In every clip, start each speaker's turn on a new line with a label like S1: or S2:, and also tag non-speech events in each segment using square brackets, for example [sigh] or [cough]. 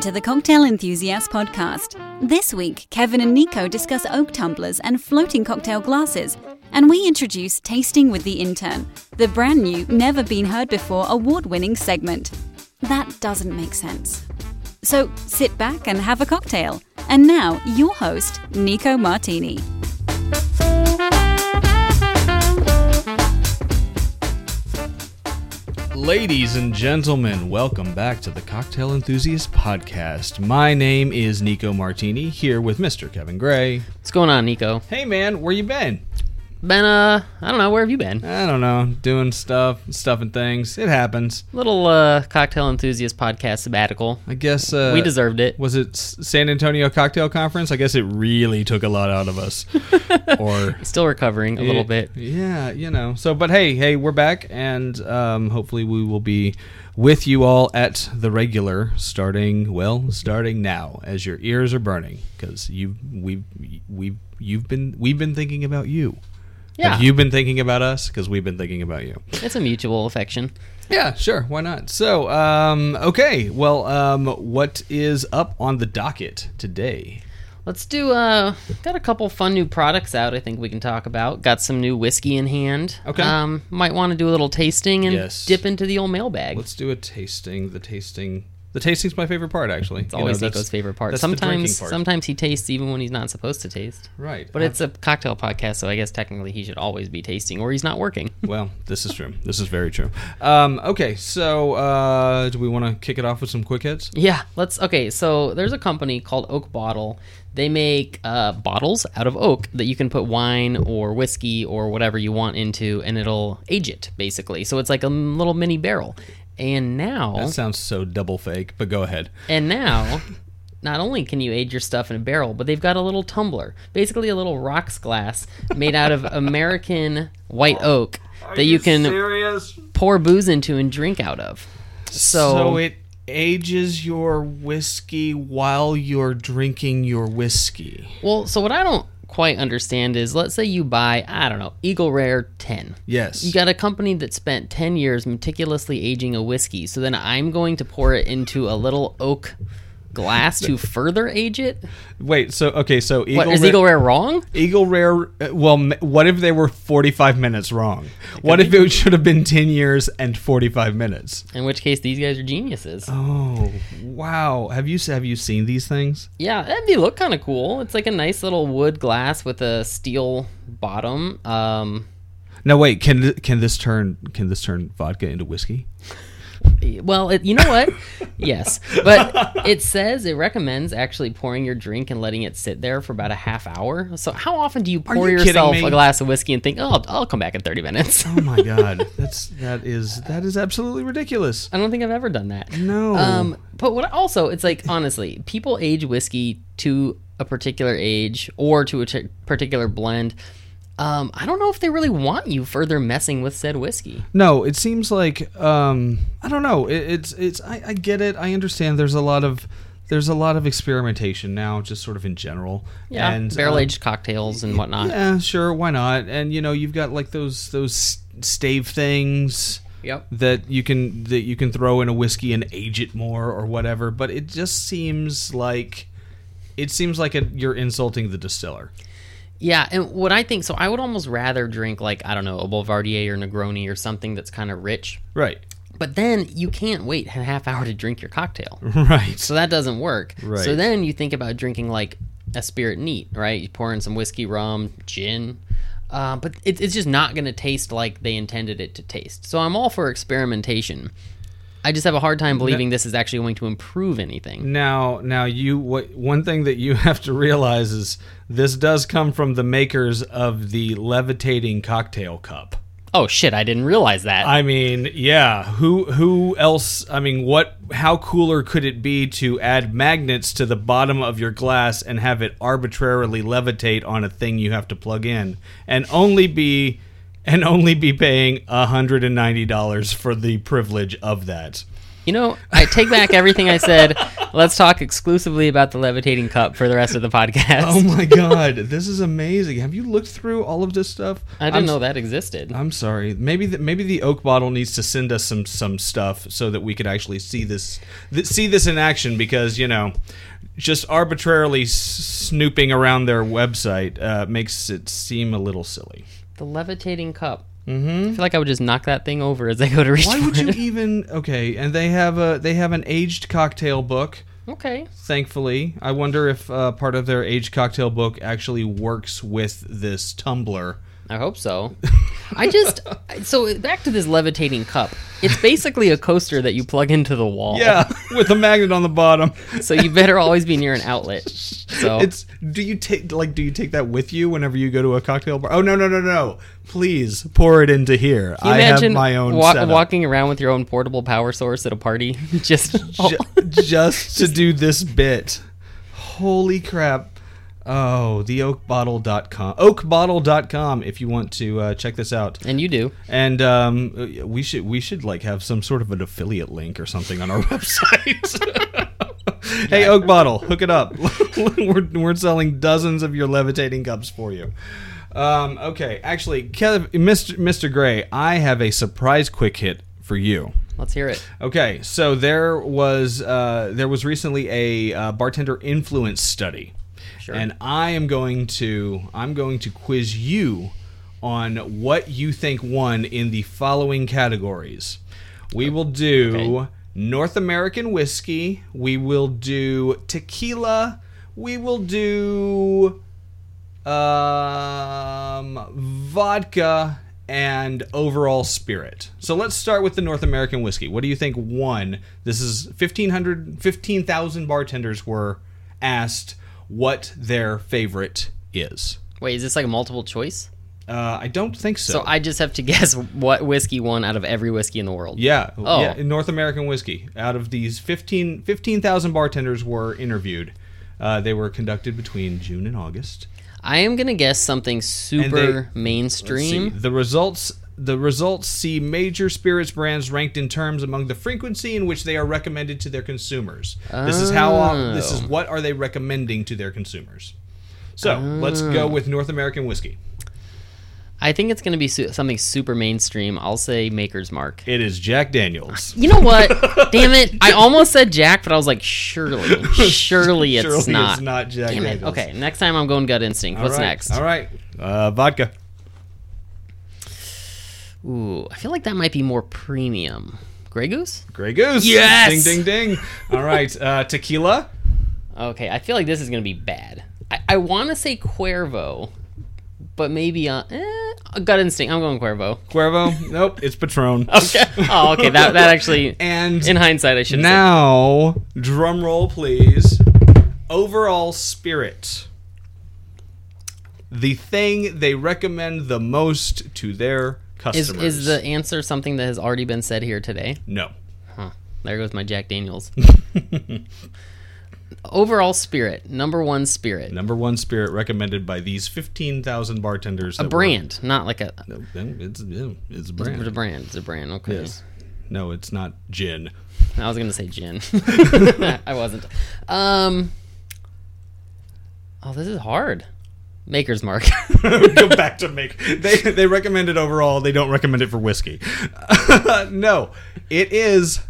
S1: to the Cocktail Enthusiast podcast. This week, Kevin and Nico discuss oak tumblers and floating cocktail glasses, and we introduce Tasting with the Intern, the brand new, never been heard before award winning segment. That doesn't make sense. So sit back and have a cocktail. And now, your host, Nico Martini.
S2: Ladies and gentlemen, welcome back to the Cocktail Enthusiast Podcast. My name is Nico Martini, here with Mr. Kevin Gray.
S3: What's going on, Nico?
S2: Hey man, where you been?
S3: Been uh, I don't know, where have you been?
S2: I don't know, doing stuff, stuffing things. It happens.
S3: Little uh, cocktail enthusiast podcast sabbatical.
S2: I guess uh,
S3: We deserved it.
S2: Was it S- San Antonio Cocktail Conference? I guess it really took a lot out of [laughs] us. or
S3: Still recovering a little bit.
S2: Yeah, you know. So, but hey, hey, we're back, and um, hopefully we will be with you all at the regular starting well, starting now, as your ears are burning because you we we you've been we've been thinking about you.
S3: Yeah,
S2: Have you been thinking about us? Because we've been thinking about you.
S3: it's a mutual affection.
S2: Yeah, sure. Why not? So, um, okay. Well, um, what is up on the docket today?
S3: Let's do. Uh, got a couple fun new products out. I think we can talk about. Got some new whiskey in hand.
S2: Okay.
S3: Um, might want to do a little tasting and
S2: Yes.
S3: dip into the old mailbag.
S2: Let's do a tasting. The tasting. The tasting's my favorite part, actually.
S3: it's always Nico's favorite part. Sometimes, sometimes he tastes even when he's not supposed to taste.
S2: Right.
S3: But it's a cocktail podcast, so I guess technically he should always be tasting, or he's not working.
S2: well, this is true. This is very true. Um, okay, so uh, do we want to kick it off with some quick hits?
S3: Yeah, let's. Okay, so there's a company called Oak Bottle. They make uh, bottles out of oak that you can put wine or whiskey or whatever you want into, and it'll age it basically. So it's like a little mini barrel. And now,
S2: That
S3: [laughs]
S2: sounds so double fake, but go ahead.
S3: and now, not only can you age your stuff in a barrel, but they've got a little tumbler, basically a little rocks glass made out of American white oak that you, can
S2: serious.
S3: pour booze into and drink out of. So,
S2: it ages your whiskey while you're drinking your whiskey.
S3: Well, so what I don't quite understand is let's say you buy, I don't know, Eagle Rare 10.
S2: Yes.
S3: You got a company that spent 10 years meticulously aging a whiskey. So then I'm going to pour it into a little oak
S2: [laughs]
S3: glass to further age it?
S2: Wait. So okay. So Eagle
S3: What is
S2: Ra-
S3: Eagle Rare wrong?
S2: Eagle Rare. uh, Well, m- what if they were 45 minutes wrong? What if it should have been 10 years and 45 minutes?
S3: In which case these guys are geniuses.
S2: Oh wow! Have you s- have you seen these things?
S3: Yeah, that'd be look kind of cool. It's like a nice little wood glass with a steel bottom. Um
S2: No, wait. Can th- can this turn can this turn vodka into whiskey?
S3: Well, it, you know what? [laughs] yes, but it says it recommends actually pouring your drink and letting it sit there for about a half hour. So, how often do you pour
S2: you kidding
S3: yourself
S2: me?
S3: a glass of whiskey and think, "Oh, I'll, I'll come back in thirty minutes"? [laughs]
S2: Oh my god, that's that is that is absolutely ridiculous.
S3: I don't think I've ever done that.
S2: No.
S3: Um, but what also, it's like honestly, people age whiskey to a particular age or to a t- particular blend. Um, I don't know if they really want you further messing with said whiskey.
S2: No, it seems like um, I don't know. It, it's it's I, I get it. I understand. There's a lot of there's a lot of experimentation now, just sort of in general.
S3: Yeah,
S2: and,
S3: barrel
S2: um,
S3: aged cocktails and whatnot.
S2: Yeah, sure, why not? And you know, you've got like those those stave things.
S3: Yep.
S2: That you can that you can throw in a whiskey and age it more or whatever, but it just seems like it seems like a, you're insulting the distiller.
S3: Yeah, and what I think so I would almost rather drink like I don't know a Boulevardier or Negroni or something that's kind of rich.
S2: Right.
S3: But then you can't wait a half hour to drink your cocktail.
S2: [laughs] Right.
S3: So that doesn't work.
S2: Mm-hmm. Right.
S3: So then you think about drinking like a spirit neat, right? You pour in some whiskey, rum, gin. Uh, but it, it's just not going to taste like they intended it to taste. So I'm all for experimentation. I just have a hard time believing this is actually going to improve anything.
S2: Now, now you what one thing that you [laughs] have to realize is this does come from the makers of the levitating cocktail cup.
S3: Oh shit, I didn't realize that.
S2: I mean, yeah, who who else, I mean, what how cooler could it be to add magnets to the bottom of your glass and have it arbitrarily levitate on a thing you have to plug in and only be and only be paying $190 for the privilege of that.
S3: You know, I take back everything I said. Let's talk exclusively about the levitating cup for the rest of the podcast.
S2: Oh my [laughs] god, this is amazing. Have you looked through all of this stuff?
S3: I didn't
S2: I'm
S3: know that existed.
S2: I'm sorry. Maybe the, maybe the oak bottle needs to send us some some stuff so that we could actually see this th- see this in action because you know just arbitrarily s- snooping around their website uh, makes it seem a little silly.
S3: The levitating cup. Mm-hmm. I feel like I would just knock that thing over as I go to reach
S2: Why
S3: for
S2: [laughs] would you
S3: it.
S2: even okay? And they have a they have an aged cocktail book.
S3: Okay.
S2: Thankfully, I wonder if uh, part of their aged cocktail book actually works with this tumbler.
S3: I hope so. [laughs] I just so back to this levitating cup. It's basically a coaster that you plug into the wall.
S2: Yeah, [laughs] with a magnet on the bottom.
S3: So you better always be near an outlet. So
S2: It's do you take like do you take that with you whenever you go to a cocktail bar? Oh no no no no! Please pour it into here.
S3: Can you
S2: I have
S3: imagine
S2: my own
S3: wa-
S2: setup.
S3: walking around with your own portable power source at a party. [laughs] Just [laughs]
S2: Ju- just to do this bit. Holy crap. Oh, the oakbottle.com. Oakbottle.com if you want to uh, check this out.
S3: and you do.
S2: And um, we should we should like have some sort of an affiliate link or something on our [laughs] website. [laughs] hey, Oak Bottle, hook it up. [laughs] we're, we're selling dozens of your levitating cups for you. Um, okay, actually, Kev, Mr. Mr. Gray, I have a surprise quick hit for you.
S3: Let's hear it.
S2: Okay, so there was uh, there was recently a uh, bartender influence study,
S3: Sure.
S2: and I am going to I'm going to quiz you on what you think won in the following categories. We will do
S3: Okay.
S2: North American whiskey. We will do tequila. We will do um, vodka and overall spirit. So let's start with the North American whiskey. What do you think won? This is 1,500, 15,000 bartenders were asked what their favorite is.
S3: Wait, is this like a multiple choice?
S2: Uh, I don't think so.
S3: So I just have to [laughs] guess what whiskey won out of every whiskey in the world.
S2: yeah,
S3: Oh.
S2: yeah, North American whiskey. Out of these 15 15,000 bartenders were interviewed. Uh, they were conducted between June and August.
S3: I am gonna guess something super
S2: See,
S3: mainstream.
S2: the results the results see major spirits brands ranked in terms among the frequency in which they are recommended to their consumers. This is how
S3: Oh.
S2: this is what are they recommending to their consumers. So, let's
S3: Oh.
S2: go with North American whiskey.
S3: I think it's gonna be su- something super mainstream. I'll say Maker's Mark.
S2: It is Jack Daniels.
S3: You know
S2: [laughs]
S3: what? Damn it! I almost said Jack, but I was like, surely, surely [laughs] it's
S2: Surely it's
S3: not.
S2: not Jack
S3: Damn it!
S2: Daniels.
S3: Okay, next time I'm going gut instinct.
S2: All
S3: What's
S2: right,
S3: next?
S2: All right. Uh, vodka.
S3: Ooh, I feel like that might be more premium. Grey Goose?
S2: Grey Goose. Ding
S3: Yes!
S2: ding ding. All right. Uh, tequila.
S3: Okay, I feel like this is gonna be bad. I, I want to say Cuervo, but maybe uh, eh, gut instinct. I'm going Cuervo.
S2: Cuervo. Nope, it's Patron.
S3: [laughs] Okay.
S2: [laughs]
S3: Oh, okay. That that actually.
S2: And
S3: in hindsight, I should have said-
S2: Now, drum roll, please. Overall spirit. The thing they recommend the most to their
S3: Is
S2: customers.
S3: is the answer something that has already been said here today?
S2: no?
S3: Huh. There goes my Jack Daniels.
S2: [laughs]
S3: Overall spirit, number one spirit,
S2: Number one spirit recommended by these fifteen thousand bartenders.
S3: a
S2: that were-
S3: brand, not like a,
S2: No, it's, it's a
S3: it's a
S2: brand.
S3: brand. It's a brand. Okay.
S2: Yes. No, it's not gin. [laughs]
S3: I was gonna say gin. [laughs] I wasn't. Um. Oh, this is hard. Maker's Mark. [laughs]
S2: Go back to make. They they recommend it overall. They don't recommend it for whiskey. [laughs] no, it is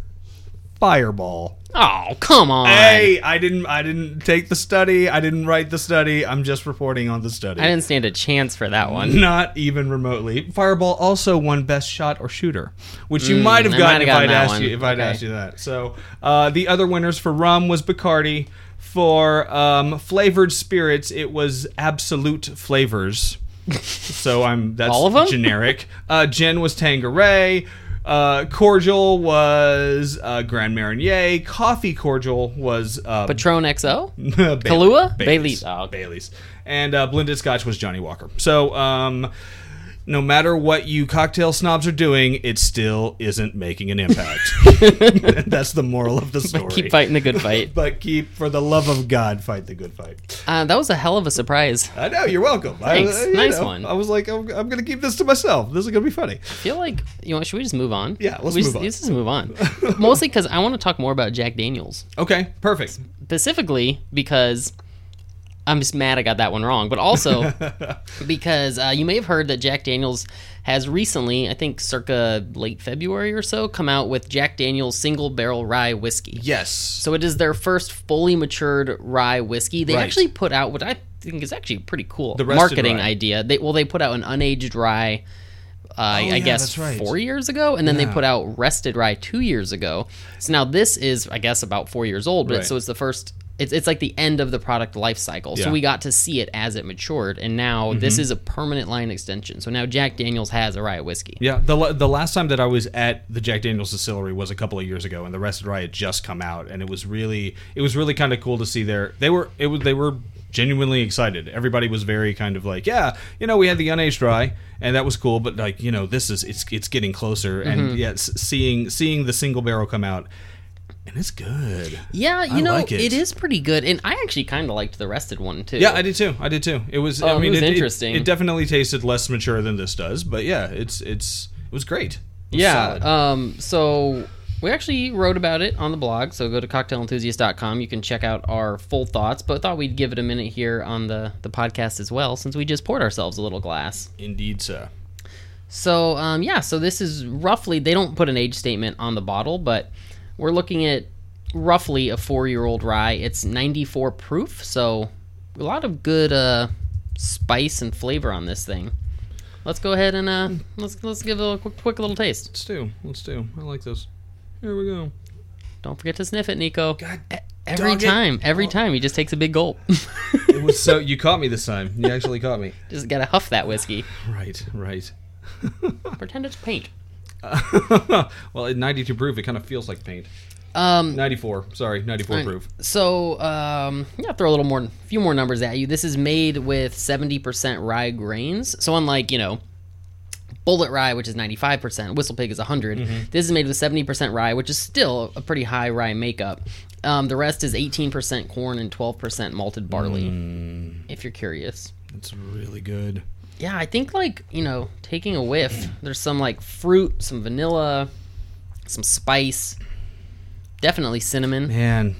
S2: Fireball.
S3: oh, come on.
S2: Hey, I didn't I didn't take the study. I didn't write the study. I'm just reporting on the study.
S3: I didn't stand a chance for
S2: [laughs]
S3: that one.
S2: not even remotely. Fireball also won best shot or shooter, which you might have
S3: Mm, I
S2: gotten
S3: might have
S2: if
S3: gotten
S2: I'd
S3: that
S2: asked
S3: one.
S2: you if I'd
S3: Okay.
S2: asked you that. So uh, the other winners for rum was Bacardi. For um, flavored spirits, it was Absolute
S3: [laughs]
S2: Flavors. so I'm that's
S3: All of 'em?
S2: generic. Uh, gin was Tangeray. Uh, cordial was uh, Grand Marnier. Coffee cordial was uh,
S3: Patron XO.
S2: Bailey-
S3: Kahlua?
S2: Baileys.
S3: Baileys. Oh, okay.
S2: Baileys. And uh, blended scotch was Johnny Walker. So, um, no matter what you cocktail snobs are doing, it still isn't making an impact. [laughs]
S3: [laughs]
S2: That's the moral of the story.
S3: Keep fighting the
S2: [laughs]
S3: good fight.
S2: But keep, for the love of God, fight the good fight.
S3: Uh, that was a hell of a surprise.
S2: I know, you're welcome.
S3: Thanks.
S2: I, you
S3: Nice
S2: know,
S3: one.
S2: I was like, I'm, I'm going to keep this to myself. This is going to be funny.
S3: I feel like you know. what, Should we just move on?
S2: Yeah, let's
S3: We
S2: move
S3: just,
S2: on.
S3: Let's just
S2: [laughs]
S3: move on. Mostly because I want to talk more about Jack Daniels,
S2: Okay, perfect.
S3: specifically because I'm just mad I got that one wrong,
S2: [laughs]
S3: but also because uh, you may have heard that Jack Daniels has recently, I think, circa late February or so, come out with Jack Daniels Single Barrel Rye Whiskey.
S2: Yes.
S3: So it is their first fully matured rye whiskey. They
S2: Right.
S3: actually put out what I think is actually pretty cool
S2: The rested
S3: marketing
S2: rye. Oh,
S3: idea. They well, they put out an unaged rye. Uh, I
S2: yeah,
S3: guess
S2: that's right.
S3: four years ago, and then
S2: Yeah.
S3: they put out rested rye two years ago. So now this is, I guess, about four years old. But
S2: Right.
S3: so it's the first. It's, it's like the end of the product life cycle.
S2: Yeah. Mm-hmm.
S3: So we got to see it as it matured, and now this is a permanent line extension. So now Jack Daniels has a rye whiskey.
S2: Yeah, the la- the last time that I was at the Jack Daniel's distillery was a couple of years ago, and the Rested Rye had just come out, and it was really it was really kind of cool to see their they were it was they were genuinely excited. Everybody was very kind of like, yeah, you know, we had the unaged rye, and that was cool, but like you know, this is it's it's getting closer,
S3: Mm-hmm.
S2: and yet s seeing seeing the single barrel come out, and it's good.
S3: Yeah, you
S2: I
S3: know
S2: like it.
S3: it is pretty good, and I actually kind of liked the rested one too.
S2: Yeah, I did too. I did too. It was I
S3: Oh, it
S2: mean,
S3: was interesting.
S2: It, definitely tasted less mature than this does, but yeah, it's it's it was great. It was
S3: Yeah.
S2: solid.
S3: Um, so we actually wrote about it on the blog. So go to cocktailenthusiast.com. You can check out our full thoughts, but thought we'd give it a minute here on the, the podcast as well, since we just poured ourselves a little glass.
S2: indeed, sir.
S3: So, um, yeah, so this is roughly, they don't put an age statement on the bottle, but we're looking at roughly a four year old rye. It's 94 proof, so a lot of good uh, spice and flavor on this thing. Let's go ahead and uh, let's let's give it a little quick, quick little taste.
S2: Let's do. Let's do. I like this. Here we go.
S3: Don't forget to sniff it, Nico. E-,
S2: God,
S3: Every
S2: Dog it. Oh.
S3: time, every time he just takes a big gulp. [laughs]
S2: it was so you caught me this time. You actually caught me.
S3: just gotta huff that whiskey.
S2: [laughs] Right, right.
S3: Pretend it's paint.
S2: [laughs] well, at 92 proof, it kind of feels like paint.
S3: Um,
S2: 94. Sorry, 94 proof.
S3: So, um, yeah, throw a little more, a few more numbers at you. This is made with seventy percent rye grains. So unlike you know, Bullet Rye, which is ninety five percent, Whistle Pig is 100
S2: Mm-hmm.
S3: This is made with seventy percent rye, which is still a pretty high rye makeup. Um, the rest is eighteen percent corn and twelve percent malted barley.
S2: Mm.
S3: If you're curious.
S2: It's really good.
S3: Yeah, I think like, you know, taking a whiff, there's some like fruit, some vanilla, some spice, definitely cinnamon.
S2: Man.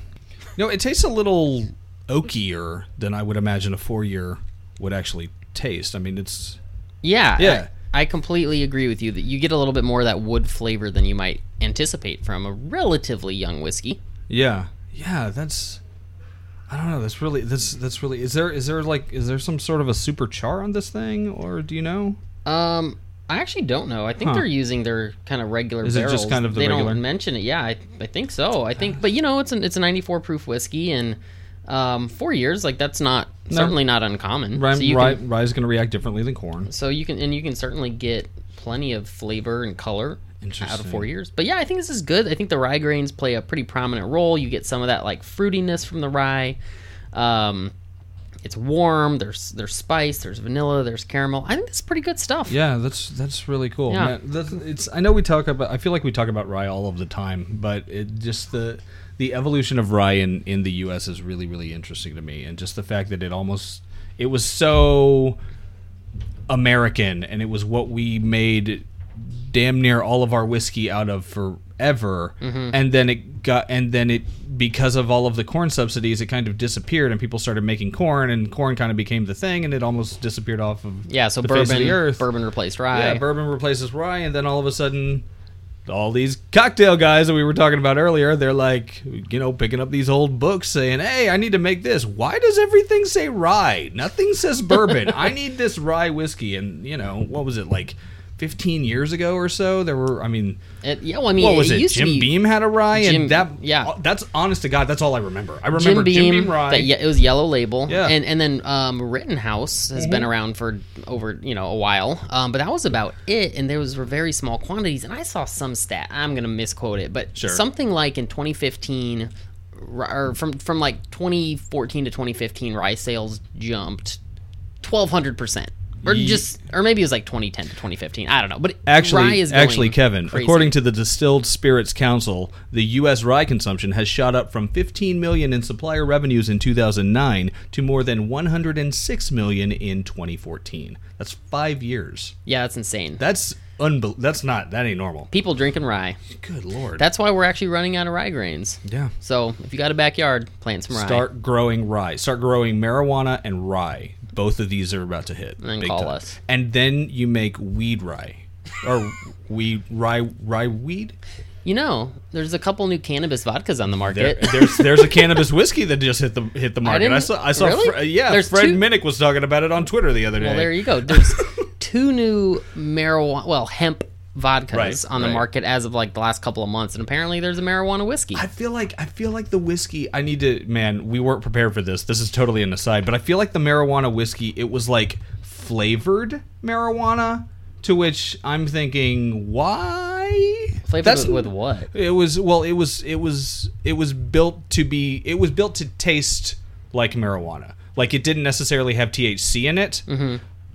S2: No, it tastes a little oakier than I would imagine a four year would actually taste. I mean, it's.
S3: Yeah.
S2: Yeah.
S3: I, I completely agree with you that you get a little bit more of that wood flavor than you might anticipate from a relatively young whiskey.
S2: Yeah. Yeah, that's. I don't know. That's really. That's that's really. Is there is there like is there some sort of a super char on this thing or do you know?
S3: Um I actually don't know. I think
S2: Huh.
S3: they're using their kind of regular
S2: Is it just
S3: barrels.
S2: kind of the
S3: they
S2: regular?
S3: don't mention it. Yeah, I, I think so. I think, but you know, it's an it's a 94 proof whiskey, and um, four years like that's not certainly not uncommon.
S2: Rye,
S3: So you
S2: rye,
S3: can-
S2: rye is going to react differently than corn.
S3: So you can and you can certainly get plenty of flavor and color out of
S2: Interesting.
S3: four years. But yeah, I think this is good. I think the rye grains play a pretty prominent role. You get some of that like fruitiness from the rye. Um, it's warm. There's there's spice. There's vanilla. There's caramel. I think that's pretty good stuff.
S2: Yeah, that's that's really cool.
S3: Yeah.
S2: Man, that's, it's I know we talk about I feel like we talk about rye all of the time, but it just the the evolution of rye in, in the US is really really interesting to me and just the fact that it almost it was so American and it was what we made damn near all of our whiskey out of forever
S3: Mm-hmm.
S2: and then it got and then it because of all of the corn subsidies it kind of disappeared and people started making corn and corn kind of became the thing and it almost disappeared off of
S3: Yeah. So
S2: the face of
S3: bourbon
S2: the earth.
S3: bourbon replaced rye.
S2: Yeah, bourbon replaces rye, and then all of a sudden, all these cocktail guys that we were talking about earlier, they're like, you know, picking up these old books saying, hey, I need to make this. Why does everything say rye? Nothing says bourbon.
S3: [laughs]
S2: I need this rye whiskey. And, you know, what was it, like 15 years ago or so? There were, I mean,
S3: It- yeah. Well, I mean,
S2: what was
S3: it,
S2: it?
S3: used
S2: Jim
S3: to be
S2: Beam had a rye,
S3: Jim-
S2: and that, uh,
S3: yeah.
S2: that's honest to God, that's all I remember. I
S3: Jim
S2: remember
S3: Beam,
S2: Jim Beam rye.
S3: That, yeah, it was Yellow Label.
S2: Yeah.
S3: And and then um, Rittenhouse has been around for over you know a while, um, but that was about it. And there was were very small quantities. And I saw some stat. I'm gonna misquote it, but
S2: Sure.
S3: something like in 2015, r- or from from like 2014 to 2015, rye sales jumped 1,200 percent. or
S2: Ye-
S3: just or maybe it was like 2010 to 2015. I don't know, but
S2: Actually,
S3: rye is
S2: actually,
S3: going
S2: Kevin,
S3: crazy.
S2: according to the Distilled Spirits Council, the U.S. rye consumption has shot up from 15 million in supplier revenues in 2009 to more than 106 million in 2014. That's five years.
S3: yeah, that's insane.
S2: That's unbel- That's not. That ain't normal.
S3: People drinking rye.
S2: Good lord.
S3: That's why we're actually running out of rye grains.
S2: yeah.
S3: So if you got a backyard, plant some rye.
S2: Start growing rye. Start growing marijuana and rye. Both of these are about to hit.
S3: then
S2: big
S3: call
S2: time.
S3: us.
S2: And then you make weed rye, or weed rye rye weed.
S3: You know, there's a couple new cannabis vodkas on the
S2: There,
S3: market.
S2: there's there's a cannabis whiskey that just hit the hit the market. I,
S3: didn't-
S2: saw I saw
S3: really?
S2: Fre- yeah
S3: There's
S2: Fred
S3: two-
S2: Minnick was talking about it on Twitter the other day.
S3: Well, there you go.
S2: [laughs]
S3: There's two new marijuana, well, hemp vodkas
S2: Right,
S3: on the
S2: right.
S3: market as of like the last couple of months, and apparently there's a marijuana whiskey.
S2: I feel like I feel like the whiskey. I need to man. We weren't prepared for this. This is totally an aside, but I feel like the marijuana whiskey. It was like flavored marijuana, to which I'm thinking, why?
S3: Flavored
S2: That's-
S3: with, with what?
S2: It was well. It was it was it was built to be. It was built to taste like marijuana. Like it didn't necessarily have THC in it.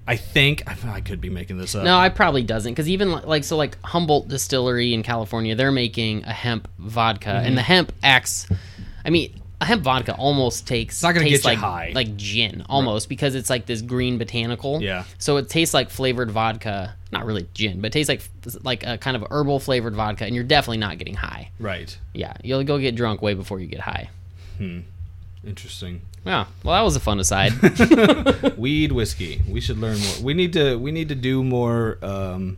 S2: I think I, I could be making this up.
S3: Mm-hmm. No, I probably doesn't because even li- like so like Humboldt Distillery in California, they're making a hemp vodka,
S2: Mm-hmm.
S3: and the hemp acts. I mean, a hemp vodka almost takes
S2: not gonna
S3: tastes
S2: get you
S3: like
S2: high.
S3: like gin almost because it's like this green botanical.
S2: Yeah.
S3: So it tastes like flavored vodka, not really gin, but it tastes like like a kind of herbal flavored vodka, and you're definitely not getting high.
S2: right.
S3: Yeah, you'll go get drunk way before you get high.
S2: Interesting. [laughs]
S3: Yeah. Well, that was a fun aside.
S2: weed whiskey. We should learn more. We need to we need to do more um,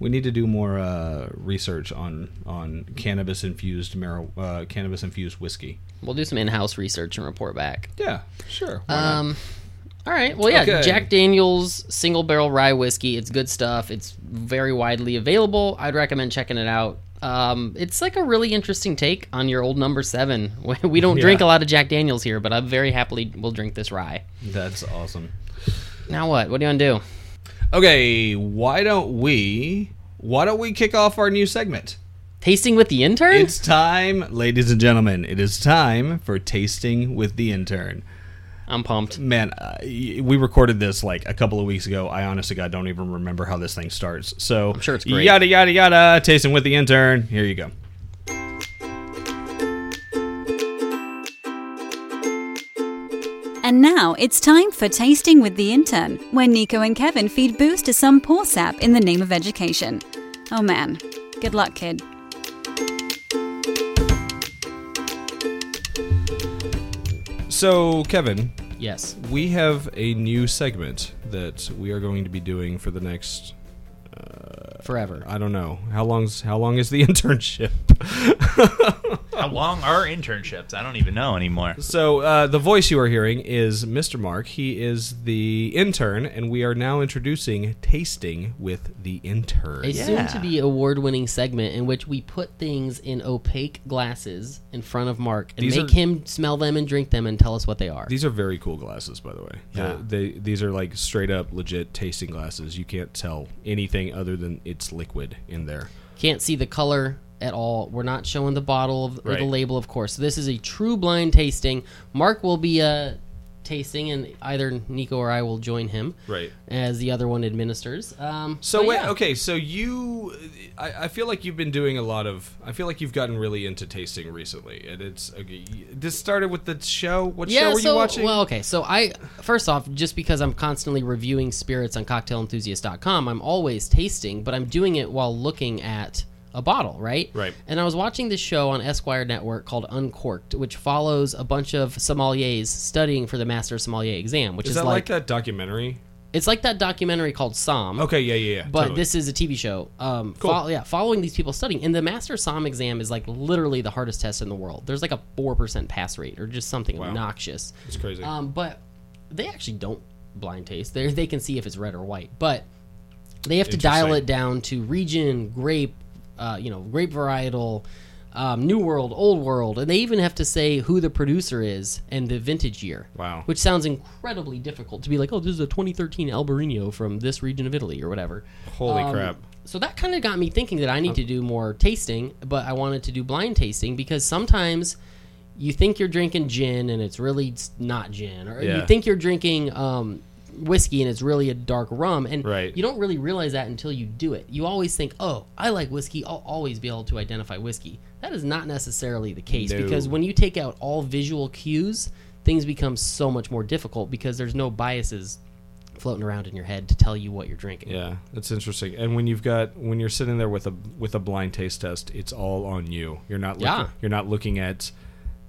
S2: we need to do more uh, research on on cannabis infused mar- uh, cannabis infused whiskey.
S3: we'll do some in-house research and report back.
S2: Yeah, sure.
S3: Um, all right. Well, yeah.
S2: Okay.
S3: Jack Daniel's single barrel rye whiskey. It's good stuff. It's very widely available. I'd recommend checking it out. Um, it's like a really interesting take on your old number seven. [laughs] We don't drink
S2: Yeah.
S3: a lot of Jack Daniels here, but I very happily will drink this rye.
S2: That's awesome.
S3: Now what? What do you want to do?
S2: Okay, why don't we why don't we kick off our new segment?
S3: Tasting with the intern? [laughs]
S2: It's time, ladies and gentlemen. It is time for tasting with the intern.
S3: I'm pumped.
S2: man, uh, y- we recorded this like a couple of weeks ago. I honestly, God, don't even remember how this thing starts. So I'm
S3: sure it's great.
S2: Yada yada yada. Tasting with the intern. Here you go.
S1: And now it's time for Tasting with the Intern, where Nico and Kevin feed booze to some poor sap in the name of education. Oh man, good luck, kid.
S2: So Kevin,
S3: Yes.
S2: we have a new segment that we are going to be doing for the next.
S3: Forever.
S2: I don't know how long's how long is the [laughs] internship.
S4: How long are internships? I don't even know anymore.
S2: So uh, the voice you are hearing is Mr. Mark. He is the intern, and we are now introducing tasting with the intern.
S3: A soon
S4: Yeah.
S3: to be award winning segment in which we put things in opaque glasses in front of Mark and
S2: These
S3: make
S2: are-
S3: him smell them and drink them and tell us what they are.
S2: These are very cool glasses, by the way.
S4: Yeah.
S2: They, they- these are like straight up legit tasting glasses. You can't tell anything other than it's liquid in there.
S3: Can't see the color at all. We're not showing the bottle of, or
S2: Right.
S3: the label, of course. So this is a true blind tasting. Mark will be uh, tasting, and either Nico or I will join him.
S2: Right.
S3: As the other one administers. Um,
S2: So
S3: but
S2: wait,
S3: yeah.
S2: okay, so you, I, I feel like you've been doing a lot of. I feel like you've gotten really into tasting recently, and it's okay, y- this started with the show. What show were
S3: so,
S2: you watching?
S3: Well, okay. So I first off, just because I'm constantly reviewing spirits on cocktailenthusiast.com, I'm always tasting, but I'm doing it while looking at a bottle, right?
S2: Right.
S3: And I was watching this show on Esquire Network called Uncorked, which follows a bunch of sommeliers studying for the master sommelier exam, which is,
S2: is that like,
S3: like,
S2: that documentary?
S3: it's like that documentary called Som.
S2: Okay, yeah, yeah, yeah.
S3: But
S2: totally.
S3: this is a TV show. Um, fol- yeah, following these people studying, and the Master Som exam is like literally the hardest test in the world. There's like a four percent pass rate, or just something obnoxious.
S2: it's crazy.
S3: Um, but they actually don't blind taste. They they can see if it's red or white, but they have to dial
S2: Interesting.
S3: it down to region, grape, uh, you know, grape varietal, um, new world, old world, and they even have to say who the producer is and the vintage year.
S2: Wow.
S3: which sounds incredibly difficult to be like, oh, this is a 2013 Albarino from this region of Italy
S2: [laughs]
S3: or whatever.
S2: Holy
S3: Um,
S2: crap!
S3: So that kind of got me thinking that I need to do more tasting, but I wanted to do blind tasting because sometimes you think you're drinking gin and it's really s- not gin, or
S2: Yeah.
S3: you think you're drinking um, whiskey and it's really a dark rum. And
S2: Right.
S3: you don't really realize that until you do it. You always think, oh, I like whiskey. I'll always be able to identify whiskey. That is not necessarily the case
S2: No.
S3: because when you take out all visual cues, things become so much more difficult because there's no biases floating around in your head to tell you what you're drinking.
S2: Yeah, that's interesting. And when you've got when you're sitting there with a with a blind taste test, it's all on you. You're not looking,
S3: Yeah.
S2: you're not looking at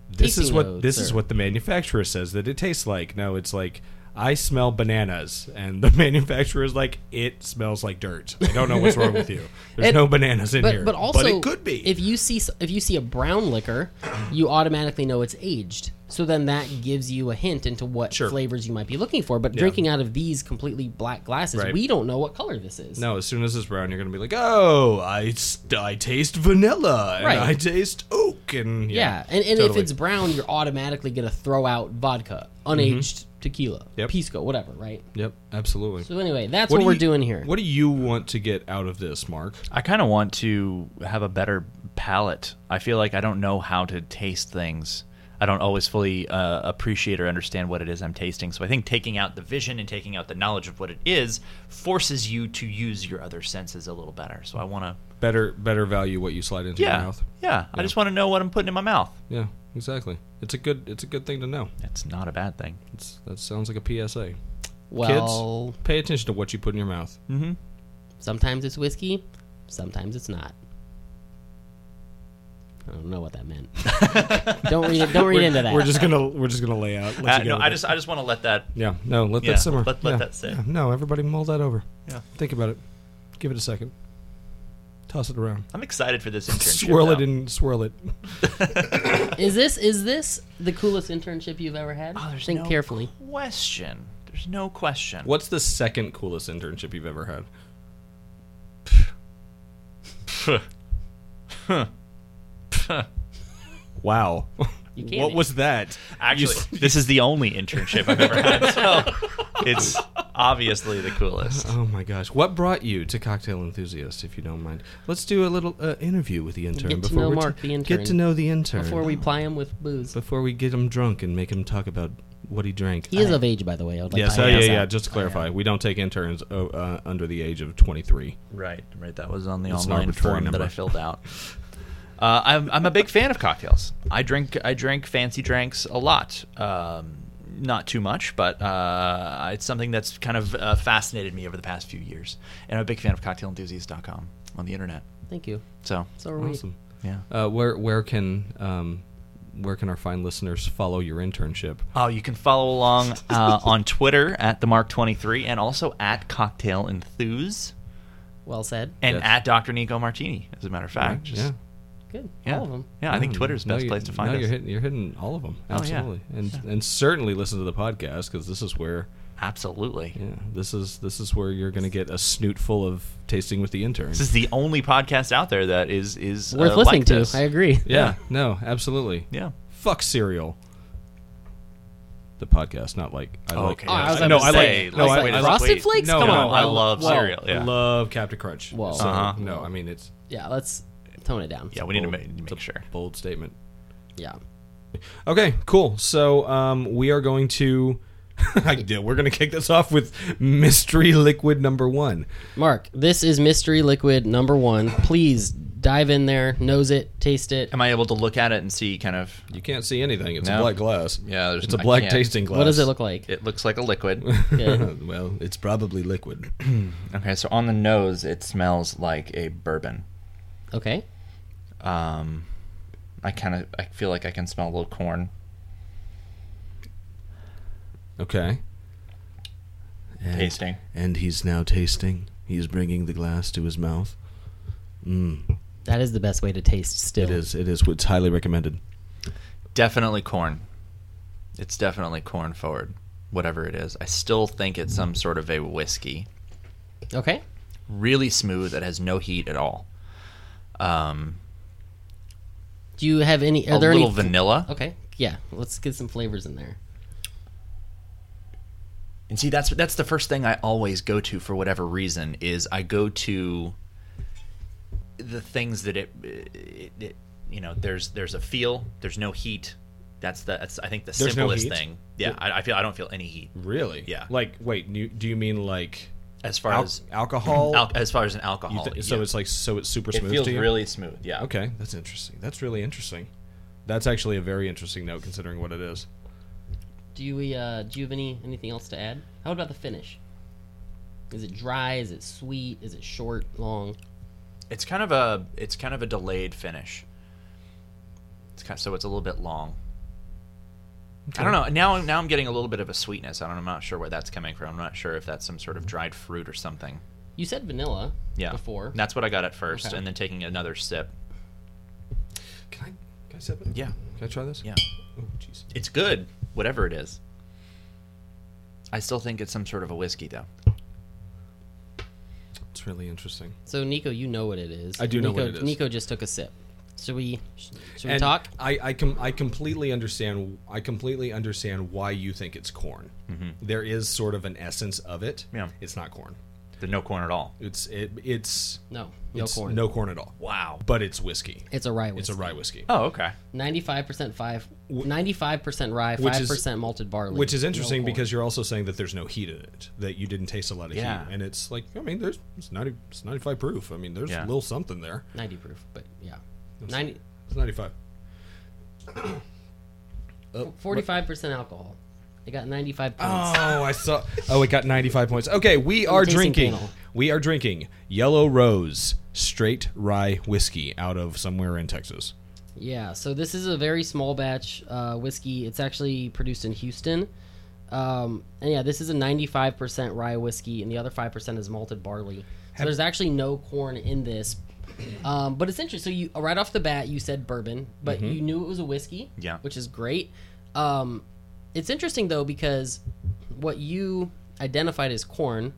S2: this is
S3: Tasting
S2: what
S3: notes
S2: this is
S3: or-
S2: what the manufacturer says that it tastes like. No, it's like I smell bananas and the [laughs] manufacturer is like it smells like dirt. I don't know what's wrong
S3: [laughs]
S2: with you. There's
S3: It-
S2: no bananas in
S3: but,
S2: here.
S3: But also,
S2: it could be.
S3: If you see s- if you see a brown liquor, you automatically know it's aged. So then that gives you a hint into what
S2: Sure.
S3: flavors you might be looking for. But drinking out of these completely black glasses,
S2: Right.
S3: we don't know what color this is.
S2: no, as soon as it's brown, you're gonna be like, "Oh, I, s- I taste vanilla and
S3: Right.
S2: I taste oak and yeah,
S3: Yeah, and, and
S2: totally. Mm-hmm.
S3: if it's brown, you're automatically gonna throw out vodka, unaged tequila,
S2: Yep.
S3: pisco, whatever, right?
S2: yep, absolutely.
S3: So anyway, that's
S2: What
S3: what,
S2: do
S3: we're
S2: you-
S3: doing here.
S2: What do you want to get out of this, Mark?
S4: I kind of want to have a better palate. I feel like I don't know how to taste things. I don't always fully uh, appreciate or understand what it is I'm tasting. So I think taking out the vision and taking out the knowledge of what it is forces you to use your other senses a little better. So I want to.
S2: Better, better value what you slide into your
S4: Yeah,
S2: mouth.
S4: yeah. I just want to know what I'm putting in my mouth.
S2: Yeah, exactly. It's a good, it's a good thing to know.
S4: That's not a bad thing.
S2: It's, that sounds like a PSA.
S3: well,
S2: Kids, pay attention to what you put in your mouth.
S3: sometimes it's whiskey, sometimes
S2: [laughs]
S3: it's not. I don't know what that meant. don't read it. Don't read into that.
S2: We're just gonna, we're just gonna lay out. let
S4: Uh,
S2: you
S4: no,
S2: go
S4: I
S2: with
S4: just, I just want to let that.
S2: it. yeah, no, let
S4: Yeah,
S2: that simmer.
S4: let- let
S2: Yeah,
S4: that sit.
S2: yeah, no, everybody mull that over.
S4: Yeah.
S2: think about it. Give it a second. Toss it around.
S4: I'm excited for this internship.
S2: Swirl it
S4: though.
S2: and swirl it.
S3: Is this is this the coolest internship you've ever had?
S4: Oh, there's
S3: Think
S4: no
S3: carefully.
S4: Question. There's no question.
S2: What's the second coolest internship you've ever had? wow.
S3: You can't.
S2: What was that?
S4: Actually, this is the only internship I've ever had, so it's obviously the coolest.
S2: Oh my gosh. What brought you to Cocktail Enthusiast, if you don't mind? Let's do a little uh, interview with the intern
S3: Get to
S2: before
S3: know
S2: we
S3: Mark, the
S2: Get
S3: intern.
S2: to know the intern
S3: before we ply him with booze.
S2: before we get him drunk and make him talk about what he drank.
S3: He is of age, by the way. I would like
S2: Yes,
S3: to
S2: oh,
S3: point
S2: yeah,
S3: this
S2: yeah.
S3: out.
S2: Just to clarify, we don't take interns oh, uh, under the age of 23.
S4: Right, right. That was on the
S2: It's an
S4: online
S2: arbitrary
S4: form that
S2: number.
S4: I filled out. Uh, I'm, I'm a big fan of cocktails. I drink I drink fancy drinks a lot. Um, not too much, but uh, it's something that's kind of uh, fascinated me over the past few years. And I'm a big fan of cocktailenthusiast.com on the internet.
S3: Thank you.
S4: So,
S3: So are we.
S2: Awesome.
S4: yeah.
S2: Uh, where where can um, where can our fine listeners follow your internship?
S4: Oh, you can follow along uh, on Twitter at the Mark Twenty Three and also at Cocktail Enthuse
S3: Well said.
S4: and
S2: Yes.
S4: at Dr. Nico Martini. As a matter of fact, Just-
S2: yeah.
S3: Good.
S4: yeah,
S3: All of them.
S4: yeah. I think Twitter's the
S2: No,
S4: best
S2: you-
S4: place to find
S2: no,
S4: us. Oh,
S2: You're hitting, you're hitting all of them.
S4: yeah.
S2: Absolutely. And and certainly listen to the podcast because this is where
S4: Absolutely.
S2: yeah, this is this is where you're going to get a snoot full of tasting with the intern.
S4: This is the only podcast out there that is is
S3: Worth
S4: uh,
S3: listening
S4: like
S3: to.
S4: this.
S3: I agree.
S2: yeah, no, absolutely.
S4: Yeah.
S2: Fuck cereal. The podcast, not like I like.
S4: okay.
S3: Oh, I was
S4: I
S3: about
S4: no,
S3: to
S4: I
S3: say,
S4: like. No,
S3: like
S4: I, I
S3: Frosted
S4: wait.
S3: Flakes?
S2: No,
S4: Come
S2: Oh, no,
S4: on, I
S2: I
S4: love
S3: whoa.
S4: cereal. Yeah.
S2: Love Captain Crunch.
S3: Whoa.
S2: So,
S4: Uh-huh.
S2: No, I mean it's
S3: Yeah, let's tone it down.
S4: yeah, we need to
S2: bold-
S4: make,
S2: it's a
S4: make sure.
S2: bold statement.
S3: Yeah.
S2: Okay, cool. So um, we are going to. [laughs] I do. We're going to kick this off with mystery liquid number one.
S3: Mark, this is mystery liquid number one. Please dive in there, nose it, taste it.
S4: Am I able to look at it and see kind of?
S2: You can't see anything. It's a
S4: No.
S2: black glass.
S4: Yeah, there's-
S2: it's a
S4: I
S2: black
S4: can't.
S2: tasting glass.
S3: What does
S2: [laughs]
S3: it look
S4: [laughs]
S3: like?
S4: It looks like a liquid.
S3: Okay.
S2: well, it's probably liquid.
S4: okay, so on the nose, it smells like a bourbon.
S3: okay.
S4: Um, I kind of I feel like I can smell a little corn.
S2: Okay. And,
S4: Tasting.
S2: And he's now tasting. He's bringing the glass to his mouth.
S3: That is the best way to taste still.
S2: It is. It is. It's highly recommended.
S4: Definitely corn. It's definitely corn forward, whatever it is. I still think it's some sort of a whiskey.
S3: Okay.
S4: Really smooth. It has no heat at all. Um,
S3: Do you have any? Are
S4: a
S3: there
S4: little
S3: any? Oh.
S4: vanilla.
S3: okay. Yeah. Let's get some flavors in there.
S4: And see, that's that's the first thing I always go to for whatever reason is I go to the things that it, it, it you know there's there's a feel, there's no heat, That's the that's I think the
S2: no
S4: simplest
S2: heat?
S4: thing. Yeah, I, I feel I don't feel any heat
S2: Really?
S4: Yeah.
S2: Like, wait, you, do you mean like
S4: as far
S2: al-
S4: as
S2: alcohol?
S4: al- as far as an
S2: You
S4: alcohol.
S2: thi- so it's like so it's super
S4: it
S2: smooth
S4: feels
S2: to you?
S4: really smooth. Yeah.
S2: okay, that's interesting. That's really interesting. That's actually a very interesting note considering what it is.
S3: Do you we, uh, do you have any anything else to add? How about the finish? Is it dry? Is it sweet? Is it short? Long?
S4: It's kind of a it's kind of a delayed finish. It's kind so it's a little bit long. I don't know. Now now I'm getting a little bit of a sweetness. I don't, I'm not sure where that's coming from. I'm not sure if that's some sort of dried fruit or something.
S3: You said vanilla
S4: Yeah.
S3: before.
S4: That's what I got at first,
S3: Okay.
S4: and then taking another sip.
S2: Can I can I sip it?
S4: Yeah.
S2: Can I try this?
S4: Yeah.
S2: Oh jeez.
S4: It's good, whatever it is. I still think it's some sort of a whiskey though.
S2: It's really interesting.
S3: So Nico, you know what it is.
S2: I do know
S3: Nico,
S2: what it is.
S3: Nico just took a sip. Should we? Should we talk?
S2: I I com- I completely understand I completely understand why you think it's corn.
S3: Mm-hmm.
S2: There is sort of an essence of it.
S4: Yeah.
S2: It's not corn.
S4: There's no corn at all.
S2: It's it it's
S3: No, no
S2: it's
S3: corn.
S2: No corn at all.
S4: Wow.
S2: But it's whiskey.
S3: It's a rye
S2: It's
S3: whiskey.
S2: a rye whiskey.
S4: Oh, okay.
S3: Ninety-five percent five. Ninety-five percent rye.
S2: Which
S3: Five
S2: is-
S3: percent malted barley.
S2: Which is
S3: No
S2: interesting
S3: corn.
S2: because you're also saying that there's no heat in it, that you didn't taste a lot of
S4: Yeah.
S2: heat, and it's like I mean, there's it's ninety, it's ninety five proof. I mean, there's
S4: Yeah.
S2: a little something there.
S3: ninety proof, but yeah, ninety.
S2: It's ninety five.
S3: 45 percent alcohol. It got ninety-five points.
S2: Oh, I saw. Oh, it got ninety five points. Okay, we are
S3: tasting
S2: drinking.
S3: panel.
S2: We are drinking Yellow Rose straight rye whiskey out of somewhere in Texas.
S3: Yeah, so this is a very small batch uh, whiskey. It's actually produced in Houston. Um, and yeah, this is a 95% rye whiskey, and the other 5% is malted barley. So there's actually no corn in this. Um, but it's interesting. So you right off the bat, you said bourbon, but you knew it was a whiskey,
S4: Yeah.
S3: which is great. Um, it's interesting though because what you identified as corn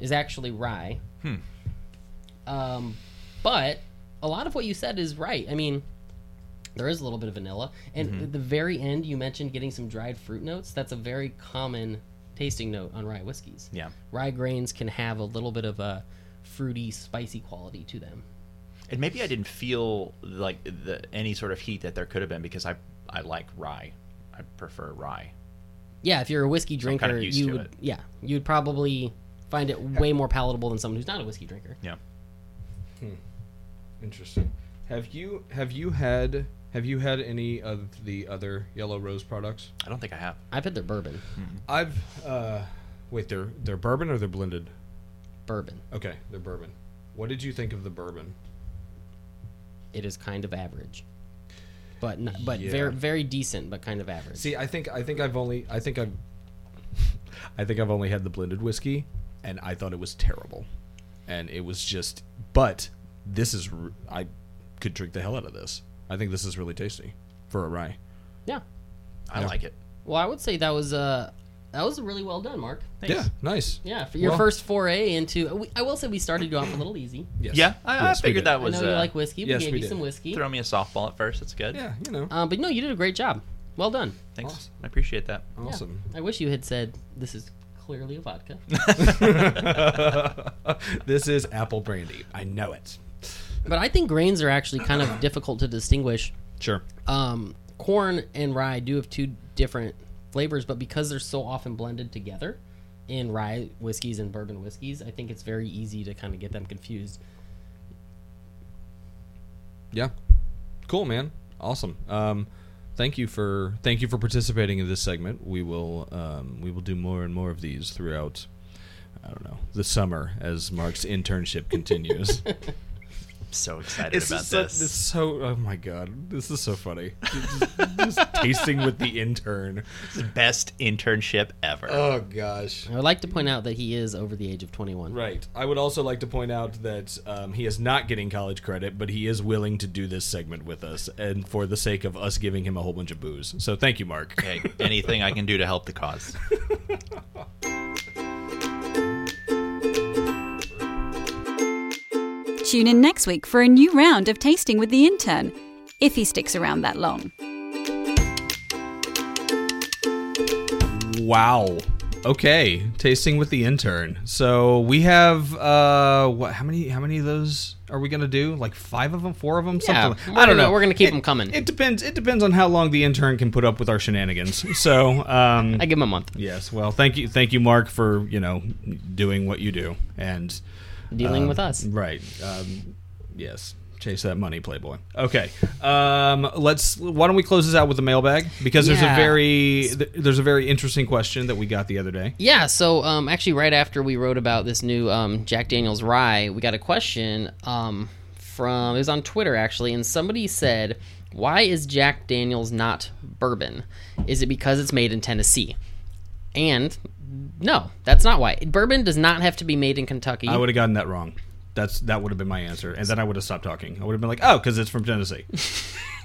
S3: is actually rye. Um, but a lot of what you said is right. I mean, there is a little bit of vanilla. And
S4: Mm-hmm.
S3: at the very end, you mentioned getting some dried fruit notes. That's a very common tasting note on rye whiskeys.
S4: Yeah.
S3: Rye grains can have a little bit of a fruity, spicy quality to them.
S4: And maybe I didn't feel like the, any sort of heat that there could have been because I I like rye. I prefer rye.
S3: Yeah, if you're a whiskey
S4: I'm
S3: drinker,
S4: kinda used
S3: you
S4: to
S3: would
S4: it.
S3: yeah, you would probably find it way more palatable than someone who's not a whiskey drinker.
S4: Yeah.
S2: Interesting. Have you have you had have you had any of the other Yellow Rose products?
S4: I don't think I have.
S3: I've had their bourbon.
S4: Hmm.
S2: I've uh, wait, they're they're bourbon or they're blended?
S3: Bourbon.
S2: Okay, they're bourbon. What did you think of the bourbon?
S3: It is kind of average. But not, but
S2: Yeah.
S3: very very decent, but kind of average.
S2: See, I think I think I've only I think I've [laughs] I think I've only had the blended whiskey, and I thought it was terrible, and it was just. But this is r- I could drink the hell out of this. I think this is really tasty for a rye.
S3: yeah.
S4: I like it.
S3: Well, I would say that was uh that was really well done, Mark.
S2: Yeah, nice.
S3: Yeah, for your
S2: Well-
S3: first foray into. we- I will say we started you off a little easy.
S2: Yes.
S4: Yeah, I,
S2: Yes,
S4: I
S2: we
S4: figured
S2: did.
S4: that was.
S3: I know you
S4: uh,
S3: like whiskey.
S2: yes,
S3: we gave
S2: we
S3: you
S2: did.
S3: some whiskey.
S4: Throw me a softball at first. That's good.
S2: Yeah, you know,
S3: Um, but no, you did a great job. Well done.
S4: Thanks.
S2: Awesome.
S4: I appreciate that.
S3: Yeah.
S2: awesome.
S3: I wish you had said this is clearly
S2: [laughs]
S3: a vodka.
S2: this is apple brandy. I know it.
S3: but I think grains are actually kind of difficult to distinguish.
S2: Sure.
S3: Um, corn and rye do have two different flavors, but because they're so often blended together in rye whiskeys and bourbon whiskeys, I think it's very easy to kind of get them confused.
S2: Yeah. Cool, man. Awesome. Um, thank you for thank you for participating in this segment. We will um, we will do more and more of these throughout. I don't know the summer as Mark's internship
S4: [laughs]
S2: continues.
S4: I'm
S2: [laughs]
S4: so excited
S2: It's
S4: about
S2: just so-
S4: this.
S2: it's so oh my god, this is so funny. Just, just
S4: [laughs]
S2: tasting with the intern.
S4: Best internship ever.
S2: Oh gosh.
S3: I would like to point out that he is over the age of 21.
S2: Right. I would also like to point out that um, he is not getting college credit, but he is willing to do this segment with us, and for the sake of us giving him a whole bunch of booze. So thank you, Mark.
S4: Okay, anything I can do to help the cause.
S1: Tune in next week for a new round of Tasting with the Intern, if he sticks around that long.
S2: Wow. Okay, tasting with the intern. So we have uh, what? How many? How many of those are we gonna do? Like five of them, four of them,
S3: Yeah,
S2: something.
S3: we're
S2: I don't
S3: gonna-
S2: know.
S3: we're gonna keep
S2: It-
S3: 'em coming.
S2: It depends. It depends on how long the intern can put up with our shenanigans. [laughs] So um,
S3: I give him a month.
S2: yes, well, thank you, thank you, Mark, for you know doing what you do and
S3: Dealing
S2: um,
S3: with us.
S2: Right. Um, yes. Chase that money, Playboy. Okay. Um, let's. Why don't we close this out with the mailbag because there's
S3: Yeah.
S2: a very th- there's a very interesting question that we got the other day.
S3: Yeah, so um, actually, right after we wrote about this new um, Jack Daniels rye, we got a question um, from it was on Twitter actually, and somebody said, "Why is Jack Daniels not bourbon? Is it because it's made in Tennessee?" And no, that's not why. Bourbon does not have to be made in Kentucky.
S2: I would have gotten that wrong. That's that would have been my answer, and then I would have stopped talking. I would have been like, "Oh, because it's from Tennessee."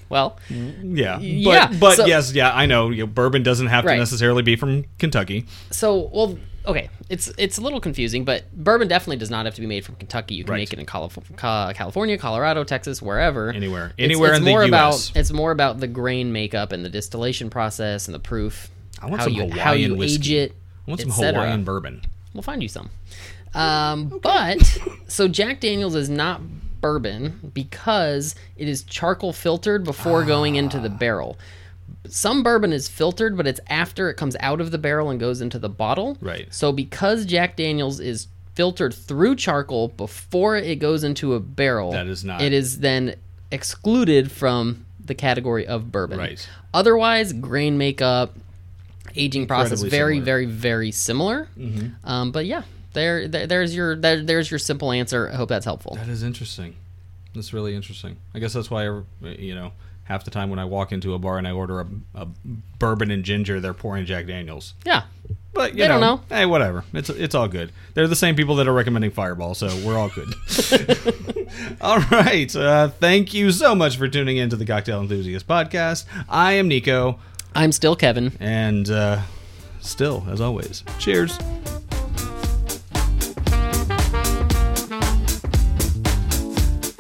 S3: well,
S2: Yeah, but,
S3: Yeah,
S2: but
S3: so-
S2: yes, yeah, I know. You know, bourbon doesn't have
S3: Right.
S2: to necessarily be from Kentucky.
S3: so well okay it's it's a little confusing but bourbon definitely does not have to be made from kentucky you can
S2: Right.
S3: make it in Calif- Ca- california colorado texas wherever
S2: Anywhere.
S3: It's-
S2: Anywhere
S3: it's
S2: in the
S3: more
S2: US.
S3: about it's more about the grain makeup and the distillation process and the proof
S2: I want
S3: how
S2: some
S3: you
S2: Hawaiian
S3: how you age
S2: whiskey.
S3: it
S2: I want some
S3: et cetera.
S2: Hawaiian bourbon.
S3: we'll find you some um, but so jack daniels is not bourbon because it is charcoal filtered before going into the barrel some bourbon is filtered, but it's after it comes out of the barrel and goes into the bottle.
S2: Right.
S3: So because Jack Daniels is filtered through charcoal before it goes into a barrel,
S2: That is not-
S3: It is then excluded from the category of bourbon.
S2: Right.
S3: Otherwise, grain makeup, aging process,
S2: Incredibly
S3: very,
S2: similar.
S3: very, very similar.
S2: Mm-hmm.
S3: Um, but yeah, there, there, there's your there, there's your simple answer. I hope that's helpful.
S2: That is interesting. That's really interesting. I guess that's why I, you know, half the time when I walk into a bar and I order a, a bourbon and ginger, they're pouring Jack Daniels.
S3: Yeah.
S2: But you
S3: They don't know.
S2: Hey, whatever. It's it's all good. They're the same people that are recommending Fireball, so we're all
S3: [laughs]
S2: good. all right. Uh, thank you so much for tuning in to the Cocktail Enthusiast podcast. I am Nico,
S3: I'm still Kevin.
S2: and uh, still, as always, cheers.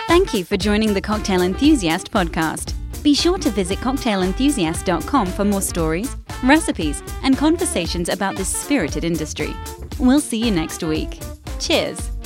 S1: Thank you for joining the Cocktail Enthusiast podcast. Be sure to visit cocktailenthusiast.com for more stories, recipes, and conversations about this spirited industry. We'll see you next week. Cheers!